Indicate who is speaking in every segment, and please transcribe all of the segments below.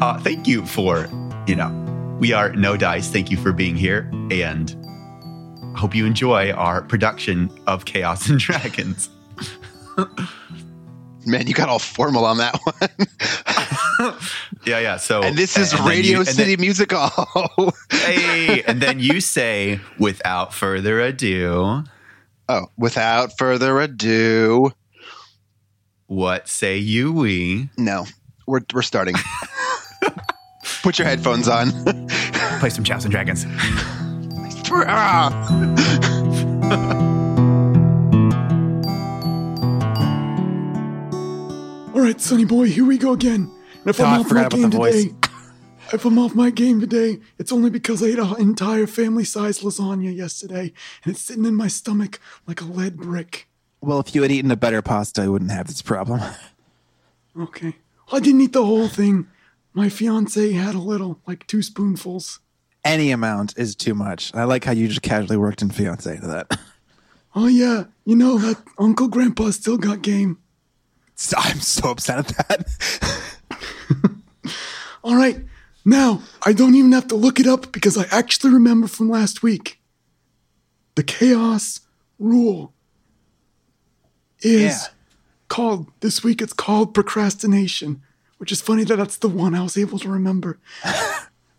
Speaker 1: Uh, thank you for, you know, we are No Dice. Thank you for being here. And I hope you enjoy our production of Chaos and Dragons.
Speaker 2: Man, you got all formal on that
Speaker 3: Oh,
Speaker 1: one. yeah, yeah. So,
Speaker 2: and this is and Radio you, City then, Music Hall.
Speaker 1: hey, and then you say, without further ado.
Speaker 2: Oh, without further ado.
Speaker 1: What say you, we?
Speaker 2: No, we're, we're starting. Put your headphones on.
Speaker 1: Play some Chaos and Dragons.
Speaker 4: All right, Sonny boy, here we go again. And if
Speaker 3: No, I
Speaker 4: I'm off my
Speaker 3: forgot
Speaker 4: game
Speaker 3: about the voice.
Speaker 4: today, if I'm off my game today, it's only because I ate an entire family-sized lasagna yesterday, and it's sitting in my stomach like a lead brick.
Speaker 3: Well, if you had eaten a better pasta, I wouldn't have this problem.
Speaker 4: Okay, I didn't eat the whole thing. My fiance had a little, like two spoonfuls.
Speaker 3: Any amount is too much. I like how you just casually worked in fiance to that.
Speaker 4: Oh yeah, you know that Uncle Grandpa still got game.
Speaker 3: So- I'm so upset at that.
Speaker 4: All right, now I don't even have to look it up because I actually remember from last week. The chaos rule is
Speaker 3: Yeah.
Speaker 4: called this week. It's called procrastination, which is funny that that's the one I was able to remember.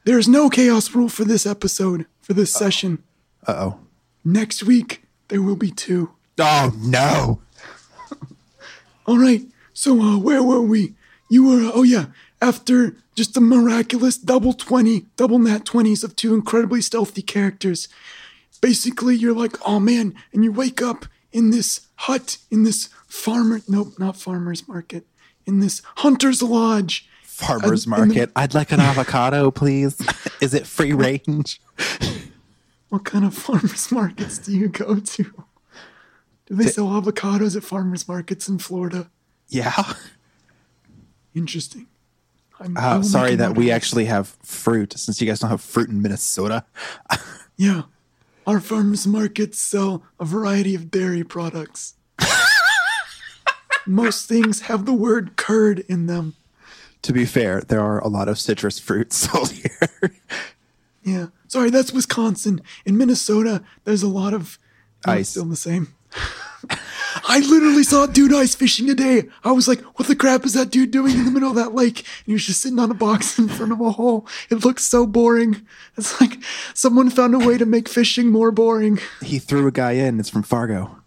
Speaker 4: There's no chaos rule for this episode for this session.
Speaker 3: Uh oh.
Speaker 4: Next week there will be two.
Speaker 3: Oh no.
Speaker 4: All right. So uh, where were we? You were. oh yeah. After just a miraculous double twenty, double nat twenties of two incredibly stealthy characters, basically you're like, oh man, and you wake up in this hut in this farmer. Nope, not farmer's market. In this hunter's lodge.
Speaker 3: Farmer's
Speaker 4: And- and the-
Speaker 3: market. I'd like an avocado, please. Is it free range?
Speaker 4: What kind of farmers markets do you go to? Do they sell avocados at farmers markets in Florida?
Speaker 3: Yeah.
Speaker 4: Interesting. I'm I
Speaker 3: Uh,
Speaker 4: will
Speaker 3: sorry
Speaker 4: make a
Speaker 3: that
Speaker 4: note
Speaker 3: we
Speaker 4: of
Speaker 3: actually have fruit, since you guys don't have fruit in Minnesota.
Speaker 4: Yeah. Our farmers markets sell a variety of dairy products. Most things have the word curd in them.
Speaker 3: To be fair, there are a lot of citrus fruits sold here.
Speaker 4: Yeah. Sorry, that's Wisconsin. In Minnesota, there's a lot of no, it's
Speaker 3: Ice.
Speaker 4: Still the same. I literally saw a dude ice fishing today. I was like, what the crap is that dude doing in the middle of that lake? And he was just sitting on a box in front of a hole. It looked so boring. It's like someone found a way to make fishing more boring.
Speaker 3: he threw a guy in. It's from Fargo.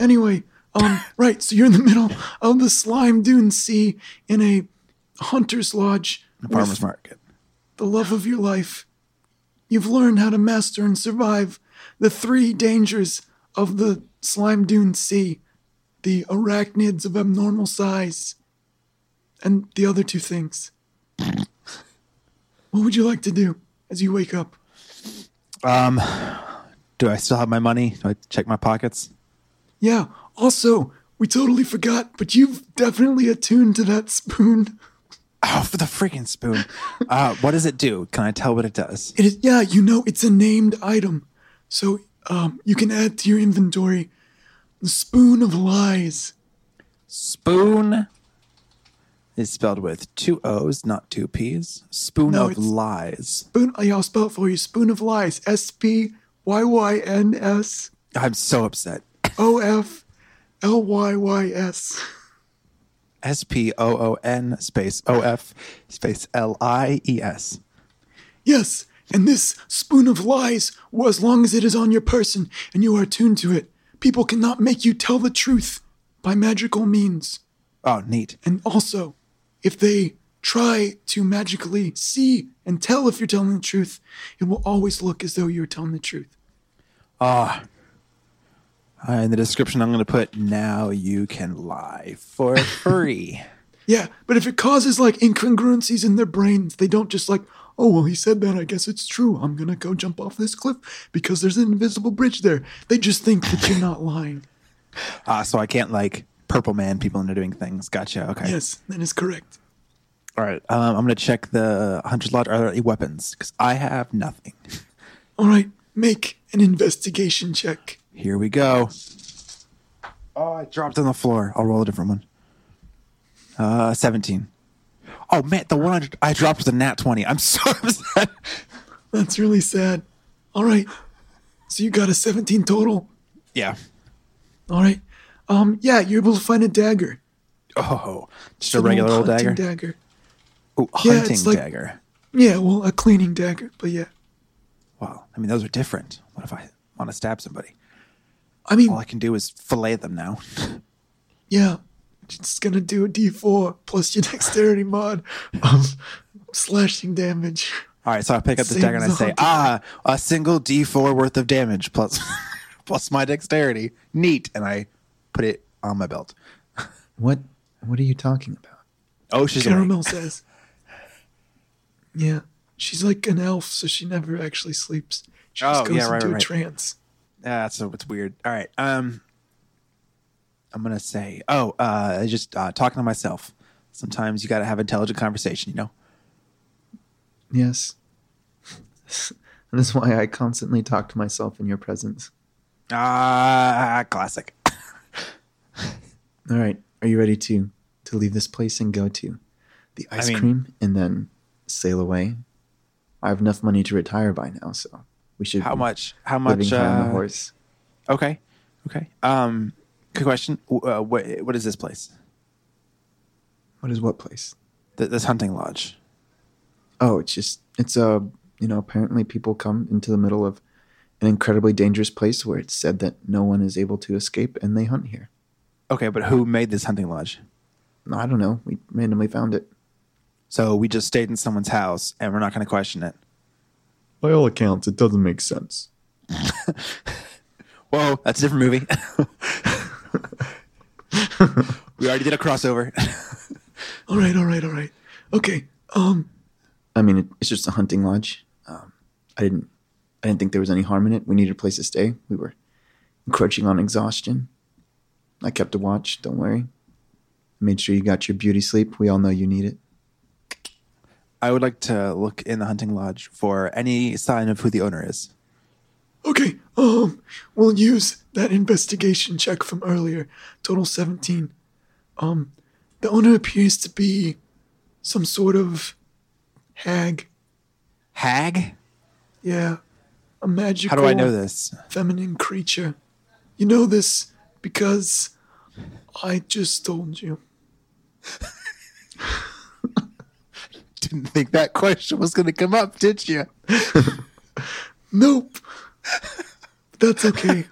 Speaker 4: Anyway, um, right, so you're in the middle of the slime dune sea in a hunter's lodge. with
Speaker 3: Farmer's market.
Speaker 4: The love of your life. You've learned how to master and survive the three dangers of the slime dune sea the arachnids of abnormal size, and the other two things. what would you like to do as you wake up?
Speaker 3: Do I still have my money? Do I check my pockets?
Speaker 4: Yeah, also, we totally forgot, but you've definitely attuned to that spoon.
Speaker 3: Oh, for the freaking spoon. Uh, what does it do? Can I tell what it does?
Speaker 4: It is, yeah, you know, it's a named item. So um, you can add to your inventory the spoon of lies.
Speaker 3: Spoon is spelled with two O's, not two P's. Spoon
Speaker 4: No,
Speaker 3: of
Speaker 4: it's-
Speaker 3: lies.
Speaker 4: Spoon, yeah, I'll spell it for you. Spoon of lies. S P Y Y N S
Speaker 3: I'm so upset.
Speaker 4: O F L Y Y S.
Speaker 3: S P O O N space O F space L I E S.
Speaker 4: Yes, and this spoon of lies, well, as long as it is on your person and you are attuned to it, people cannot make you tell the truth by magical means.
Speaker 3: Oh, neat.
Speaker 4: And also, if they try to magically see and tell if you're telling the truth, it will always look as though you're telling the truth.
Speaker 3: Uh, in the description, I'm going to put now you can lie for free.
Speaker 4: Yeah, but if it causes like incongruencies in their brains, they don't just like, oh, well, he said that. I guess it's true. I'm going to go jump off this cliff because there's an invisible bridge there. They just think that you're not lying.
Speaker 3: Ah, so I can't like purple man people into doing things. Gotcha. Okay.
Speaker 4: Yes, that is correct.
Speaker 3: All right. Um, I'm going to check the hunter's lodge. Are there any weapons? Because I have nothing.
Speaker 4: All right, make an investigation check.
Speaker 3: Here we go. Oh, I dropped on the floor. I'll roll a different one. Uh, 17. Oh, man, the one I, I dropped was a nat 20. I'm so upset.
Speaker 4: That's really sad. All right. So you got a 17 total.
Speaker 3: Yeah.
Speaker 4: All right. Um, yeah, you're able to find a dagger.
Speaker 3: Oh, just
Speaker 4: An
Speaker 3: a regular old
Speaker 4: hunting
Speaker 3: dagger.
Speaker 4: dagger.
Speaker 3: oh,
Speaker 4: Yeah, it's
Speaker 3: hunting
Speaker 4: like-
Speaker 3: dagger.
Speaker 4: Yeah, well, a cleaning dagger, but yeah.
Speaker 3: Wow. I mean, those are different. What if I want to stab somebody?
Speaker 4: I mean,
Speaker 3: All Oh, I can do is fillet them now.
Speaker 4: yeah, it's gonna do a d4 plus your dexterity mod of slashing damage.
Speaker 3: All right, so I pick up this
Speaker 4: Same
Speaker 3: dagger and I
Speaker 4: as a
Speaker 3: say,
Speaker 4: hunting.
Speaker 3: "Ah, a single D4 worth of damage plus plus my dexterity. Neat." And I put it on my belt.
Speaker 1: What What are you talking about?
Speaker 3: Oh, she's awake.
Speaker 4: Caramel says. Yeah, she's like an elf, so she never actually sleeps. She
Speaker 3: Oh,
Speaker 4: just goes
Speaker 3: yeah, right,
Speaker 4: into
Speaker 3: right,
Speaker 4: a
Speaker 3: right.
Speaker 4: trance.
Speaker 3: Ah, that's so it's weird. All right. Um I'm going to say, "Oh, uh just uh, talking to myself. Sometimes you got to have intelligent conversation, you know."
Speaker 1: Yes. And that's why I constantly talk to myself in your presence.
Speaker 3: Ah, classic.
Speaker 1: All right. Are you ready to to leave this place and go to the ice
Speaker 3: mean-
Speaker 1: cream and then sail away? I have enough money to retire by now, so we should.
Speaker 3: How
Speaker 1: be
Speaker 3: much how
Speaker 1: Living
Speaker 3: much
Speaker 1: high on the
Speaker 3: uh,
Speaker 1: horse.
Speaker 3: Okay. Okay. Um good question. W- Uh, what what is this place?
Speaker 1: What is what place?
Speaker 3: Th- this hunting lodge.
Speaker 1: Oh, it's just it's a you know apparently people come into the middle of an incredibly dangerous place where it's said that no one is able to escape and they hunt here.
Speaker 3: Okay, but who made this hunting lodge?
Speaker 1: I don't know. We randomly found it.
Speaker 3: So we just stayed in someone's house and we're not going to question it.
Speaker 1: By all accounts, it doesn't make sense.
Speaker 3: Whoa, that's a different movie. we already did a crossover.
Speaker 4: All right, all right, all right. Okay. Um.
Speaker 1: I mean, it, it's just a hunting lodge. Um, I didn't I didn't think there was any harm in it. We needed a place to stay. We were encroaching on exhaustion. I kept a watch. Don't worry. Made sure you got your beauty sleep. We all know you need it.
Speaker 3: I would like to look in the hunting lodge for any sign of who the owner is.
Speaker 4: Okay. Um. We'll use that investigation check from earlier. Total seventeen. Um. The owner appears to be some sort of hag.
Speaker 3: Hag?
Speaker 4: Yeah. A magical.
Speaker 3: How do I know this?
Speaker 4: feminine creature. You know this because I just told you.
Speaker 3: Didn't think that question was going to come up, did you?
Speaker 4: Nope. That's okay.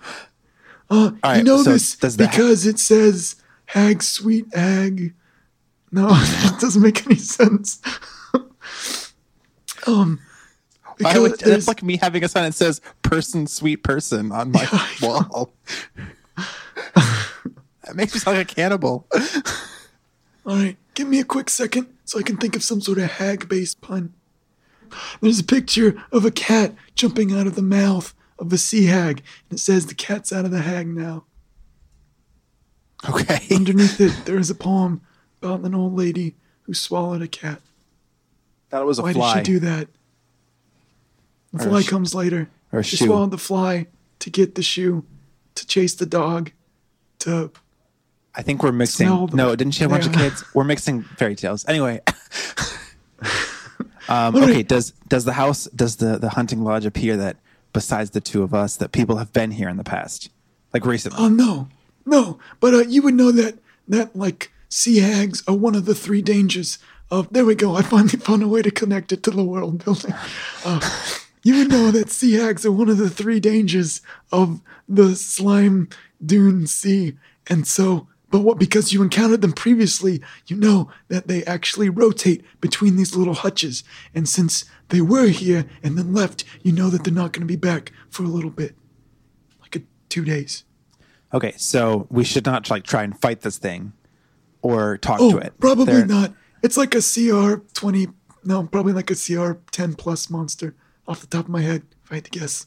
Speaker 4: Uh,
Speaker 3: All
Speaker 4: you
Speaker 3: right,
Speaker 4: know
Speaker 3: so
Speaker 4: this
Speaker 3: does the ha-
Speaker 4: because it says hag sweet hag. No, that doesn't make any sense. um,
Speaker 3: I
Speaker 4: because
Speaker 3: would,
Speaker 4: there's-
Speaker 3: that's like me having a sign that says person, sweet person on my
Speaker 4: I know.
Speaker 3: wall. that makes me sound like a cannibal.
Speaker 4: All right, give me a quick second so I can think of some sort of hag based pun. There's a picture of a cat jumping out of the mouth of a sea hag, and it says the cat's out of the hag now.
Speaker 3: Okay.
Speaker 4: Underneath it, there is a poem about an old lady who swallowed a cat.
Speaker 3: Thought it was a
Speaker 4: Why
Speaker 3: fly.
Speaker 4: did she do that? The
Speaker 3: Or a
Speaker 4: fly
Speaker 3: sh-
Speaker 4: comes later.
Speaker 3: or a
Speaker 4: she
Speaker 3: shoe.
Speaker 4: swallowed the fly to get the shoe, to chase the dog, to
Speaker 3: I think we're mixing.
Speaker 4: Smell the-
Speaker 3: no, didn't she have a bunch of
Speaker 4: Yeah.
Speaker 3: kids? We're mixing fairy tales. Anyway. um,
Speaker 4: All right.
Speaker 3: okay. Does does the house does the the hunting lodge appear that besides the two of us that people have been here in the past, like recently?
Speaker 4: Oh no, no! But uh, you would know that that like sea hags are one of the three dangers. Of there we go. I finally found a way to connect it to the world building. Uh, you would know that sea hags are one of the three dangers of the slime dune sea, and so. But what? Because you encountered them previously, you know that they actually rotate between these little hutches. And since they were here and then left, you know that they're not going to be back for a little bit, like a, two days.
Speaker 3: Okay, so we should not like try and fight this thing or talk
Speaker 4: Oh,
Speaker 3: to it.
Speaker 4: probably
Speaker 3: They're-
Speaker 4: not. It's like a CR 20, no, probably like a CR 10 plus monster off the top of my head, if I had to guess.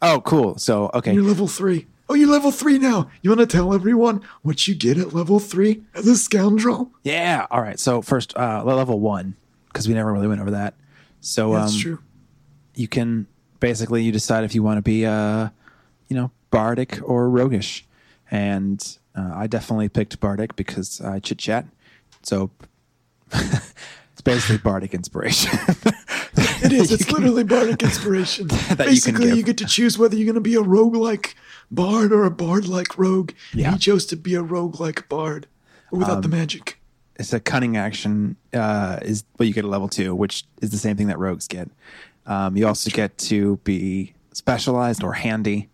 Speaker 3: Oh, cool. So okay,
Speaker 4: You're level three. Oh, you're level three now. You want to tell everyone what you did at level three as a scoundrel?
Speaker 3: yeah. All right. So first, uh, level one because we never really went over that. So
Speaker 4: That's
Speaker 3: um,
Speaker 4: true.
Speaker 3: you can basically you decide if you want to be uh you know bardic or roguish and uh, I definitely picked bardic because I chit chat. So it's basically bardic inspiration.
Speaker 4: It is. It's literally bardic inspiration.
Speaker 3: can
Speaker 4: Basically, you,
Speaker 3: give.
Speaker 4: get to choose whether you're going to be a rogue-like bard or a bard-like rogue.
Speaker 3: Yeah. Um,
Speaker 4: He chose to be a rogue-like bard without the magic.
Speaker 3: it's a cunning action uh, is but you get a level two which is the same thing that rogues get um, you also get to be specialized or handy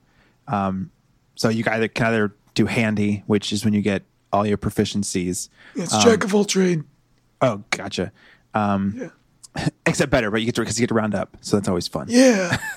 Speaker 3: um, so you can either can either do handy which is when you get all your proficiencies
Speaker 4: It's jack of all trade.
Speaker 3: oh gotcha um,
Speaker 4: Yeah.
Speaker 3: except better but you get to because you get to round up so that's always fun
Speaker 4: Yeah.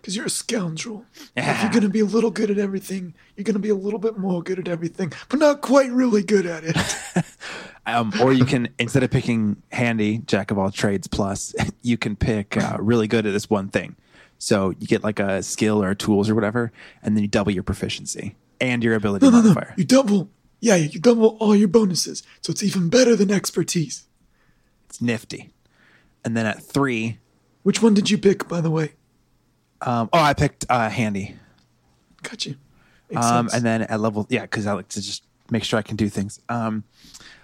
Speaker 4: Because you're a scoundrel. If you're going to be a little good at everything, you're going to be a little bit more good at everything, but not quite really good at it.
Speaker 3: um, or you can instead of picking handy jack of all trades plus you can pick uh, really good at this one thing so you get like a skill or tools or whatever and then you double your proficiency and your ability modifier
Speaker 4: You double. Yeah, you double all your bonuses. So it's even better than expertise.
Speaker 3: it's nifty and then at three
Speaker 4: Which one did you pick, by the way?
Speaker 3: um, oh i picked uh, handy
Speaker 4: Got you.
Speaker 3: um, and then at level yeah because i like to just make sure i can do things um,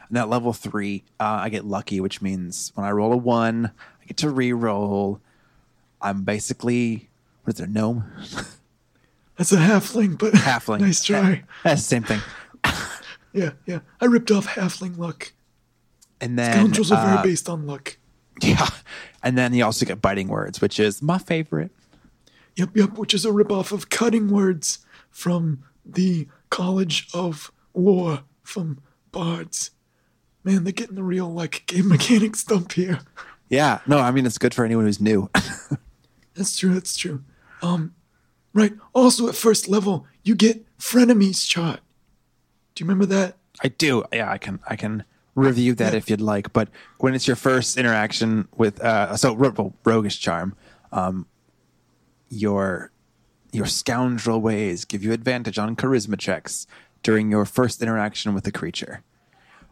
Speaker 3: and at level three uh, i get lucky which means when i roll a one i get to re-roll i'm basically what is it a gnome
Speaker 4: That's a halfling, but
Speaker 3: halfling.
Speaker 4: nice try.
Speaker 3: That's the same thing.
Speaker 4: Yeah, yeah. I ripped off halfling luck.
Speaker 3: And then
Speaker 4: Scoundrels are very
Speaker 3: uh,
Speaker 4: based on luck.
Speaker 3: Yeah. And then you also get biting words, which is my favorite.
Speaker 4: Yep, yep. Which is a ripoff of cutting words from the College of War from bards. Man, they're getting the real like game mechanic stump here.
Speaker 3: Yeah. No, I mean it's good for anyone who's new.
Speaker 4: That's true. That's true. Um, right. Also, at first level, you get frenemies chart. Do you remember that?
Speaker 3: I do. Yeah, I can I can review that if you'd like, but when it's your first interaction with uh so ro- roguish charm, um your your scoundrel ways give you advantage on charisma checks during your first interaction with a creature.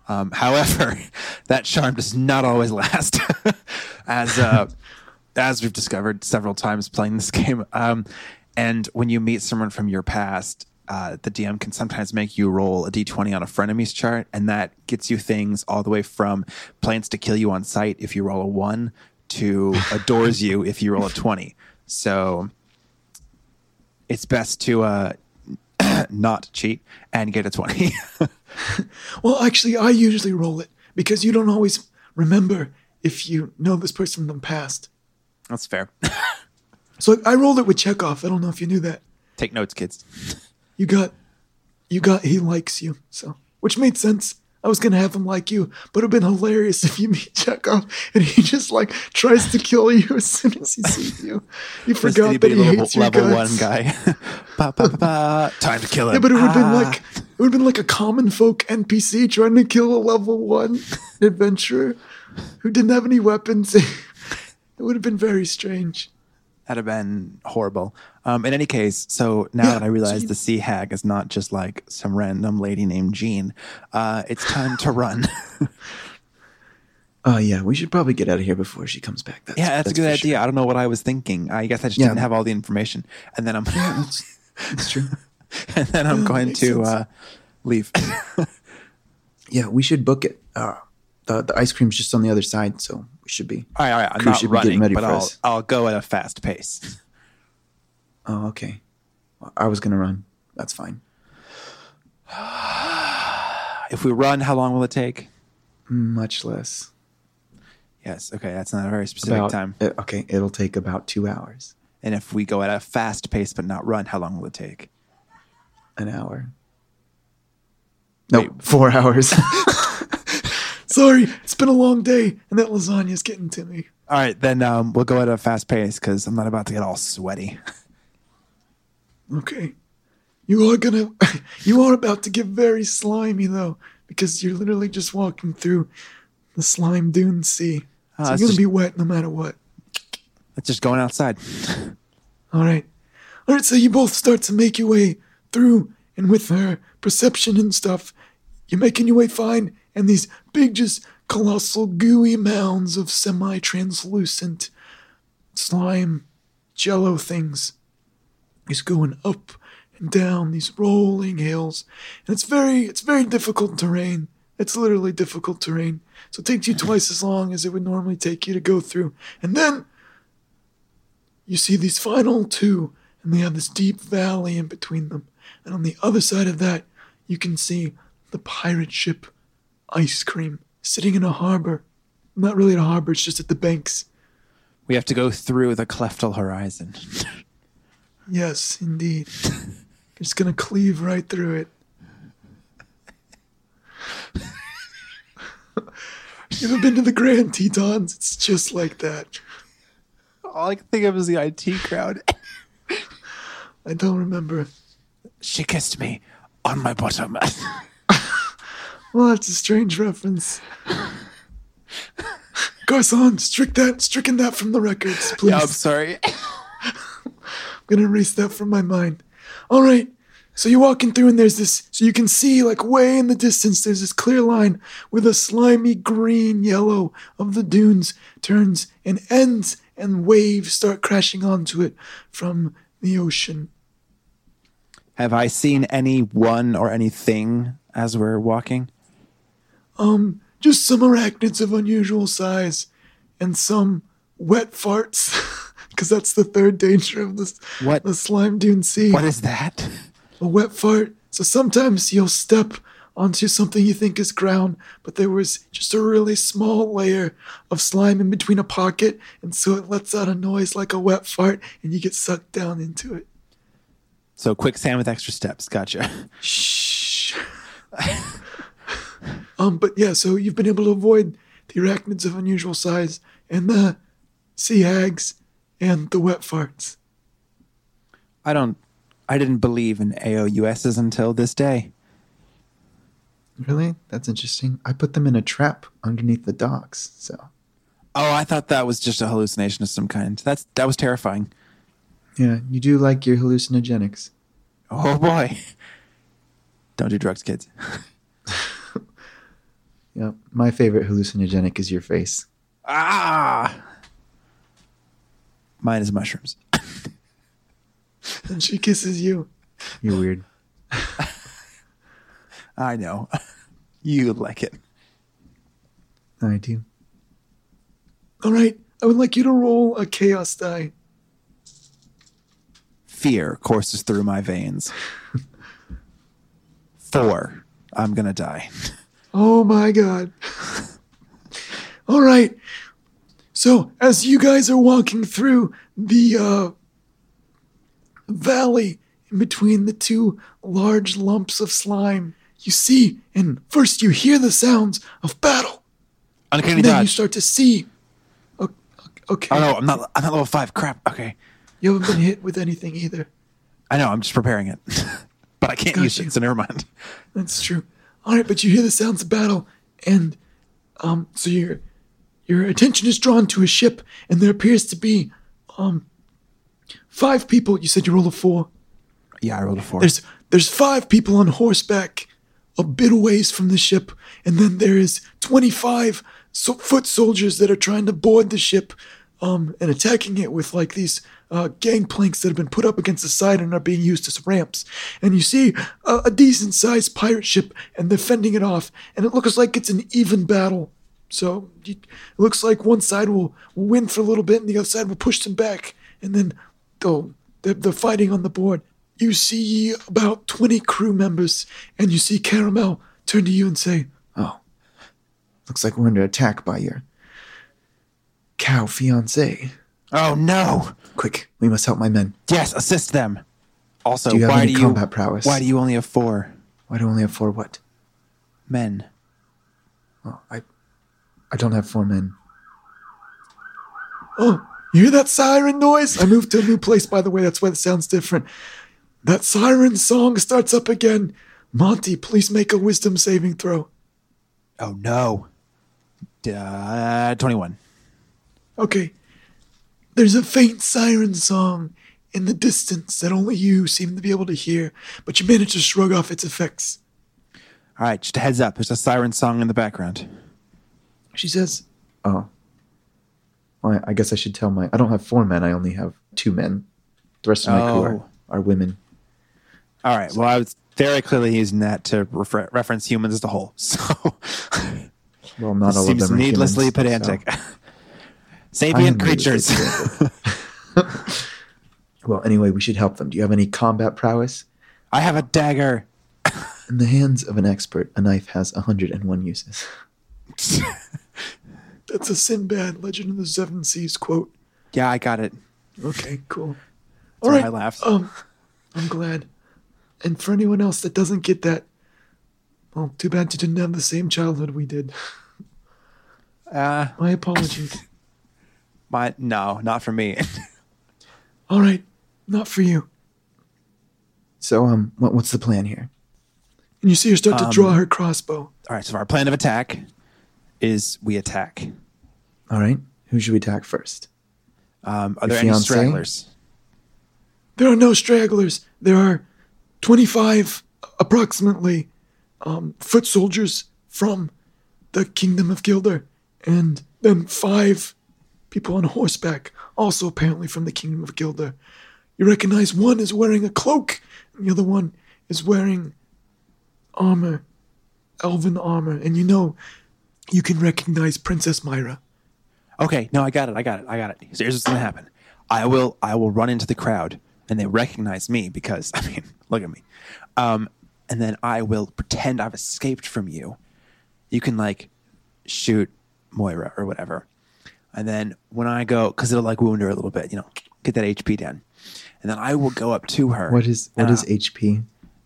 Speaker 3: Um, however, that charm does not always last, as uh, as we've discovered several times playing this game. Um, and when you meet someone from your past, uh, the DM can sometimes make you roll a d20 on a frenemies chart, and that gets you things all the way from plans to kill you on sight if you roll a one to adores you if you roll a twenty. So it's best to uh, not cheat and get a twenty.
Speaker 4: Well, actually, I usually roll it because you don't always remember if you know this person from the past.
Speaker 3: That's fair.
Speaker 4: So I rolled it with Chekhov. I don't know if you knew that.
Speaker 3: Take notes, kids.
Speaker 4: You got, you got. He likes you, so which made sense. I was gonna have him like you, but it'd been hilarious if you meet Chekhov and he just like tries to kill you as soon as he sees you. You
Speaker 3: Just
Speaker 4: forgot that
Speaker 3: anybody
Speaker 4: he
Speaker 3: level,
Speaker 4: hates your
Speaker 3: level
Speaker 4: guts.
Speaker 3: one guy. Ba, ba, ba, ba. Time to kill him.
Speaker 4: Yeah, but it would have
Speaker 3: Ah.
Speaker 4: been like it would have been like a common folk NPC trying to kill a level one adventurer who didn't have any weapons. it would have been very strange.
Speaker 3: that'd have been horrible. Um, in any case, so now
Speaker 4: Yeah,
Speaker 3: that I
Speaker 4: so
Speaker 3: realize
Speaker 4: you-
Speaker 3: the sea hag is not just like some random lady named Jean, uh, it's time to run.
Speaker 1: Oh yeah, we should probably get out of here before she comes back. That's,
Speaker 3: yeah, that's, a good
Speaker 1: for
Speaker 3: idea.
Speaker 1: sure.
Speaker 3: I don't know what I was thinking. I guess I just
Speaker 1: Yeah.
Speaker 3: didn't have all the information, and then I'm
Speaker 1: That's true.
Speaker 3: and then I'm
Speaker 4: that
Speaker 3: going
Speaker 4: makes
Speaker 3: to
Speaker 4: sense.
Speaker 3: uh, leave.
Speaker 1: Yeah, we should book it. Uh, the the ice cream's just on the other side, so we should be.
Speaker 3: All right, all right. I'm
Speaker 1: Crew
Speaker 3: not
Speaker 1: should be getting
Speaker 3: running,
Speaker 1: ready
Speaker 3: but
Speaker 1: for
Speaker 3: I'll
Speaker 1: us.
Speaker 3: I'll go at a fast pace.
Speaker 1: Oh okay. Well, I was gonna run. That's fine.
Speaker 3: If we run, how long will it take?
Speaker 1: Much less
Speaker 3: Yes. Okay, that's not a very specific
Speaker 1: about
Speaker 3: time.
Speaker 1: uh, okay, it'll take about two hours,
Speaker 3: And if we go at a fast pace but not run, how long will it take?
Speaker 1: an hour. No, four hours.
Speaker 4: Sorry, it's been a long day, and that lasagna's getting to me.
Speaker 3: All right, then um, we'll go at a fast pace because I'm not about to get all sweaty.
Speaker 4: Okay, you are gonna, you are about to get very slimy though, because you're literally just walking through the slime dune sea.
Speaker 3: Ah,
Speaker 4: so you're
Speaker 3: it's
Speaker 4: gonna
Speaker 3: just-
Speaker 4: be wet no matter what.
Speaker 3: It's just going outside.
Speaker 4: All right. All right, so you both start to make your way through, and with her perception and stuff, you're making your way fine, and these big, just colossal, gooey mounds of semi translucent slime jello things is going up and down these rolling hills, and it's very it's very difficult terrain. It's literally difficult terrain, so it takes you twice as long as it would normally take you to go through. And then you see these final two, and they have this deep valley in between them. And on the other side of that, you can see the pirate ship Ice Cream sitting in a harbor. Not really in a harbor, it's just at the banks.
Speaker 3: We have to go through the cleftal horizon.
Speaker 4: Yes, indeed. Just gonna cleave right through it. you ever been to the Grand Tetons? It's just like that.
Speaker 3: All I can think of is the IT crowd.
Speaker 4: I don't remember.
Speaker 3: she kissed me on my bottom.
Speaker 4: Well, that's a strange reference. Garcon, strict that, stricken that from the records, please.
Speaker 3: yeah, I'm sorry.
Speaker 4: I'm gonna erase that from my mind. All right. So you're walking through, and there's this. So you can see, like way in the distance, there's this clear line where the slimy green yellow of the dunes turns and ends, and waves start crashing onto it from the ocean.
Speaker 3: Have I seen anyone or anything as we're walking?
Speaker 4: Just some arachnids of unusual size, and some wet farts, because that's the third danger of this.
Speaker 3: What-
Speaker 4: the slime dune sea?
Speaker 3: What is that?
Speaker 4: a wet fart. So sometimes you'll step onto something you think is ground, but there was just a really small layer of slime in between a pocket, and so it lets out a noise like a wet fart, and you get sucked down into it.
Speaker 3: So quicksand with extra steps. Gotcha.
Speaker 4: Shh. um, but yeah, so you've been able to avoid the arachnids of unusual size and the sea hags and the wet farts.
Speaker 3: I don't. I didn't believe in AOUSs until this day.
Speaker 1: Really? That's interesting. I put them in a trap underneath the docks. So,
Speaker 3: Oh, I thought that was just a hallucination of some kind. That's that was terrifying.
Speaker 1: yeah, you do like your hallucinogenics.
Speaker 3: Oh boy. Don't do drugs, kids.
Speaker 1: Yeah, my favorite hallucinogenic is your face.
Speaker 3: Ah. Mine is mushrooms.
Speaker 4: And she kisses you.
Speaker 1: You're weird.
Speaker 3: I know. You like it.
Speaker 1: I do.
Speaker 4: All right, I would like you to roll a chaos die.
Speaker 3: Fear courses through my veins. Four. I'm gonna die.
Speaker 4: Oh my god. All right. So, as you guys are walking through the uh, valley in between the two large lumps of slime, you see and first you hear the sounds of battle.
Speaker 3: Uncanny
Speaker 4: And then you
Speaker 3: dodge.
Speaker 4: start to see. O- o- Okay.
Speaker 3: oh no, I'm not. I'm not level five. Crap. Okay.
Speaker 4: You haven't been hit with anything either.
Speaker 3: I know. I'm just preparing it, but I can't use
Speaker 4: Gotcha.
Speaker 3: it. So never mind.
Speaker 4: That's true. All right, but you hear the sounds of battle, and um, so your your attention is drawn to a ship, and there appears to be um five people. You said you rolled a four.
Speaker 3: Yeah, I rolled a four.
Speaker 4: There's there's five people on horseback, a bit a ways from the ship, and then there is twenty five so- foot soldiers that are trying to board the ship, um, and attacking it with like these uh, gangplanks that have been put up against the side and are being used as ramps. And you see a, a decent sized pirate ship, and they're fending it off, and it looks like it's an even battle. So you- it looks like one side will, will win for a little bit, and the other side will push them back, and then oh, they're, they're fighting on the board. You see about 20 crew members, and you see Caramel turn to you and say, "Oh,
Speaker 1: Looks like we're under attack by your cow fiance.
Speaker 3: oh no.
Speaker 1: Quick, we must help my men.
Speaker 3: Yes, assist them. Also,
Speaker 1: Do you have
Speaker 3: why
Speaker 1: any
Speaker 3: do you
Speaker 1: combat prowess?
Speaker 3: why do you only have four
Speaker 1: Why do I only have four what?
Speaker 3: men?
Speaker 1: Oh, I, I don't have four men.
Speaker 4: Oh, you hear that siren noise? I moved to a new place, by the way. That's why it sounds different. That siren song starts up again. Monty, please make a wisdom saving throw.
Speaker 3: Oh no. Uh, Twenty-one.
Speaker 4: Okay. There's a faint siren song in the distance that only you seem to be able to hear, but you manage to shrug off its effects.
Speaker 3: All right, just a heads up. There's a siren song in the background.
Speaker 4: She says,
Speaker 1: Oh. Well, I I guess I should tell my. I don't have four men. I only have two men. The rest of my crew
Speaker 3: Oh.
Speaker 1: are, are women.
Speaker 3: All right. Well, I was very clearly using that to refer- reference humans as a whole. So
Speaker 1: Well, not all
Speaker 3: seems
Speaker 1: of them are
Speaker 3: needlessly
Speaker 1: humans,
Speaker 3: pedantic.
Speaker 1: so- I am
Speaker 3: Sapient creatures.
Speaker 1: needlessly pedantic. well, anyway, we should help them. Do you have any combat prowess?
Speaker 3: I have a dagger.
Speaker 1: In the hands of an expert, a knife has 101 uses.
Speaker 4: That's a Sinbad Legend of the Seven Seas quote.
Speaker 3: Yeah, I got it.
Speaker 4: Okay, cool.
Speaker 3: That's
Speaker 4: All
Speaker 3: why
Speaker 4: right.
Speaker 3: I laughed.
Speaker 4: Um, I'm glad. And for anyone else that doesn't get that, well, too bad you didn't have the same childhood we did.
Speaker 3: Uh,
Speaker 4: My apologies.
Speaker 3: my no, not for me.
Speaker 4: All right, not for you.
Speaker 1: So, um, what, what's the plan here? Um,
Speaker 4: And you see her start to draw her crossbow.
Speaker 3: All right. So our plan of attack is we attack.
Speaker 1: All right, who should we attack first?
Speaker 3: Um, are
Speaker 1: Your
Speaker 3: there any
Speaker 1: fiancé?
Speaker 3: stragglers?
Speaker 4: There are no stragglers. There are 25 approximately um, foot soldiers from the kingdom of Gildar, and then five people on horseback, also apparently from the kingdom of Gildar. You recognize one is wearing a cloak, and the other one is wearing armor, elven armor, and you know you can recognize Princess Myra.
Speaker 3: Okay, no, I got it. I got it. I got it. So here's what's gonna happen. I will. I will run into the crowd, and they recognize me because I mean, look at me. Um, and then I will pretend I've escaped from you. You can like shoot Moira or whatever, and then when I go, because it'll like wound her a little bit, you know, get that HP down, and then I will go up to her.
Speaker 1: What is what is
Speaker 3: uh,
Speaker 1: HP?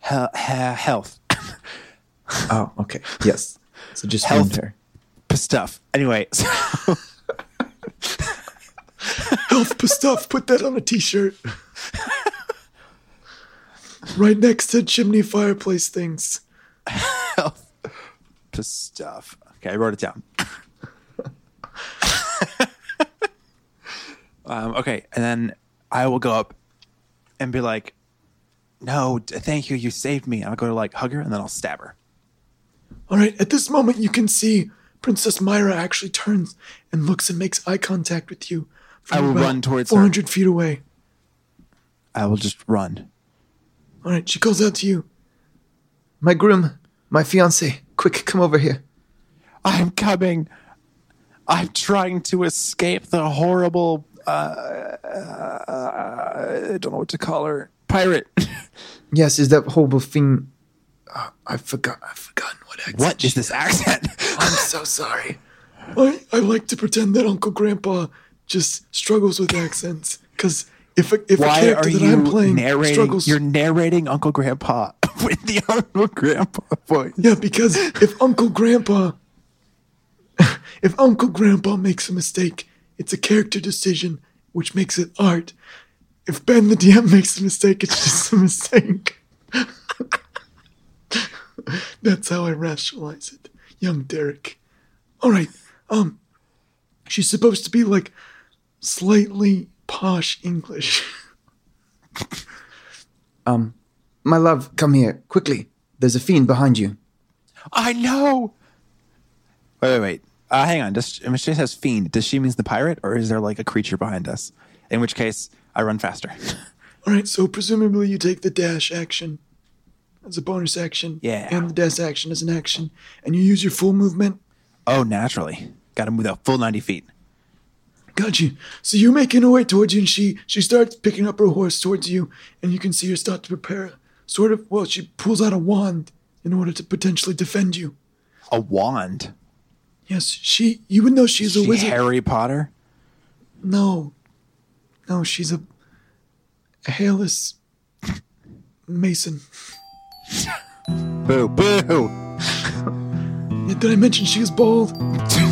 Speaker 3: he- he- health?
Speaker 1: Oh, okay, yes. So just
Speaker 3: Health.
Speaker 1: wound her.
Speaker 3: stuff. Anyway, so-
Speaker 4: Health stuff. Put that on a t-shirt. right next to chimney fireplace things.
Speaker 3: stuff. Okay, I wrote it down. um, okay, and then I will go up and be like, "No, d- thank you, you saved me." And I'll go to like hug her, and then I'll stab her.
Speaker 4: All right. At this moment, you can see Princess Myra actually turns and looks and makes eye contact with you. from
Speaker 3: I will
Speaker 4: about
Speaker 3: run towards her.
Speaker 4: 400 feet away.
Speaker 3: I will just run.
Speaker 4: All right. She calls out to you.
Speaker 1: My groom, my fiance, quick, come over here.
Speaker 3: I'm coming. I'm trying to escape the horrible. Uh, uh, I don't know what to call her. Pirate.
Speaker 1: Yes, is that horrible thing? Uh, I forgot. I forgot what accent.
Speaker 3: what is this accent?
Speaker 1: I'm so sorry.
Speaker 4: I, I like to pretend that Uncle Grandpa just struggles with accents because if a, if a
Speaker 3: Why are
Speaker 4: character that I'm
Speaker 3: you
Speaker 4: playing
Speaker 3: narrating?
Speaker 4: struggles,
Speaker 3: You're narrating Uncle Grandpa with the Uncle Grandpa voice.
Speaker 4: Yeah, because if Uncle Grandpa if Uncle Grandpa makes a mistake, it's a character decision, which makes it art. If Ben the DM makes a mistake, it's just a mistake. That's how I rationalize it. Young Derek. Alright, um she's supposed to be like slightly posh English.
Speaker 1: My love, come here quickly. There's a fiend behind you.
Speaker 3: I know. Wait, wait, wait. Uh, hang on. Does when she says fiend, does she means the pirate, or is there like a creature behind us? In which case, I run faster.
Speaker 4: Alright, so presumably you take the dash action as a bonus action.
Speaker 3: Yeah.
Speaker 4: And the dash action as an action. And you use your full movement.
Speaker 3: oh, naturally, got to move the full ninety feet.
Speaker 4: Got you. So you're making her way towards you and she she starts picking up her horse towards you and you can see her start to prepare sort of well, she pulls out a wand in order to potentially defend you.
Speaker 3: A wand.
Speaker 4: Yes, she even though she's a
Speaker 3: She
Speaker 4: wizard
Speaker 3: Harry Potter.
Speaker 4: No. No, she's a, a hairless mason.
Speaker 3: Boo, boo.
Speaker 4: Did I mention she was bald?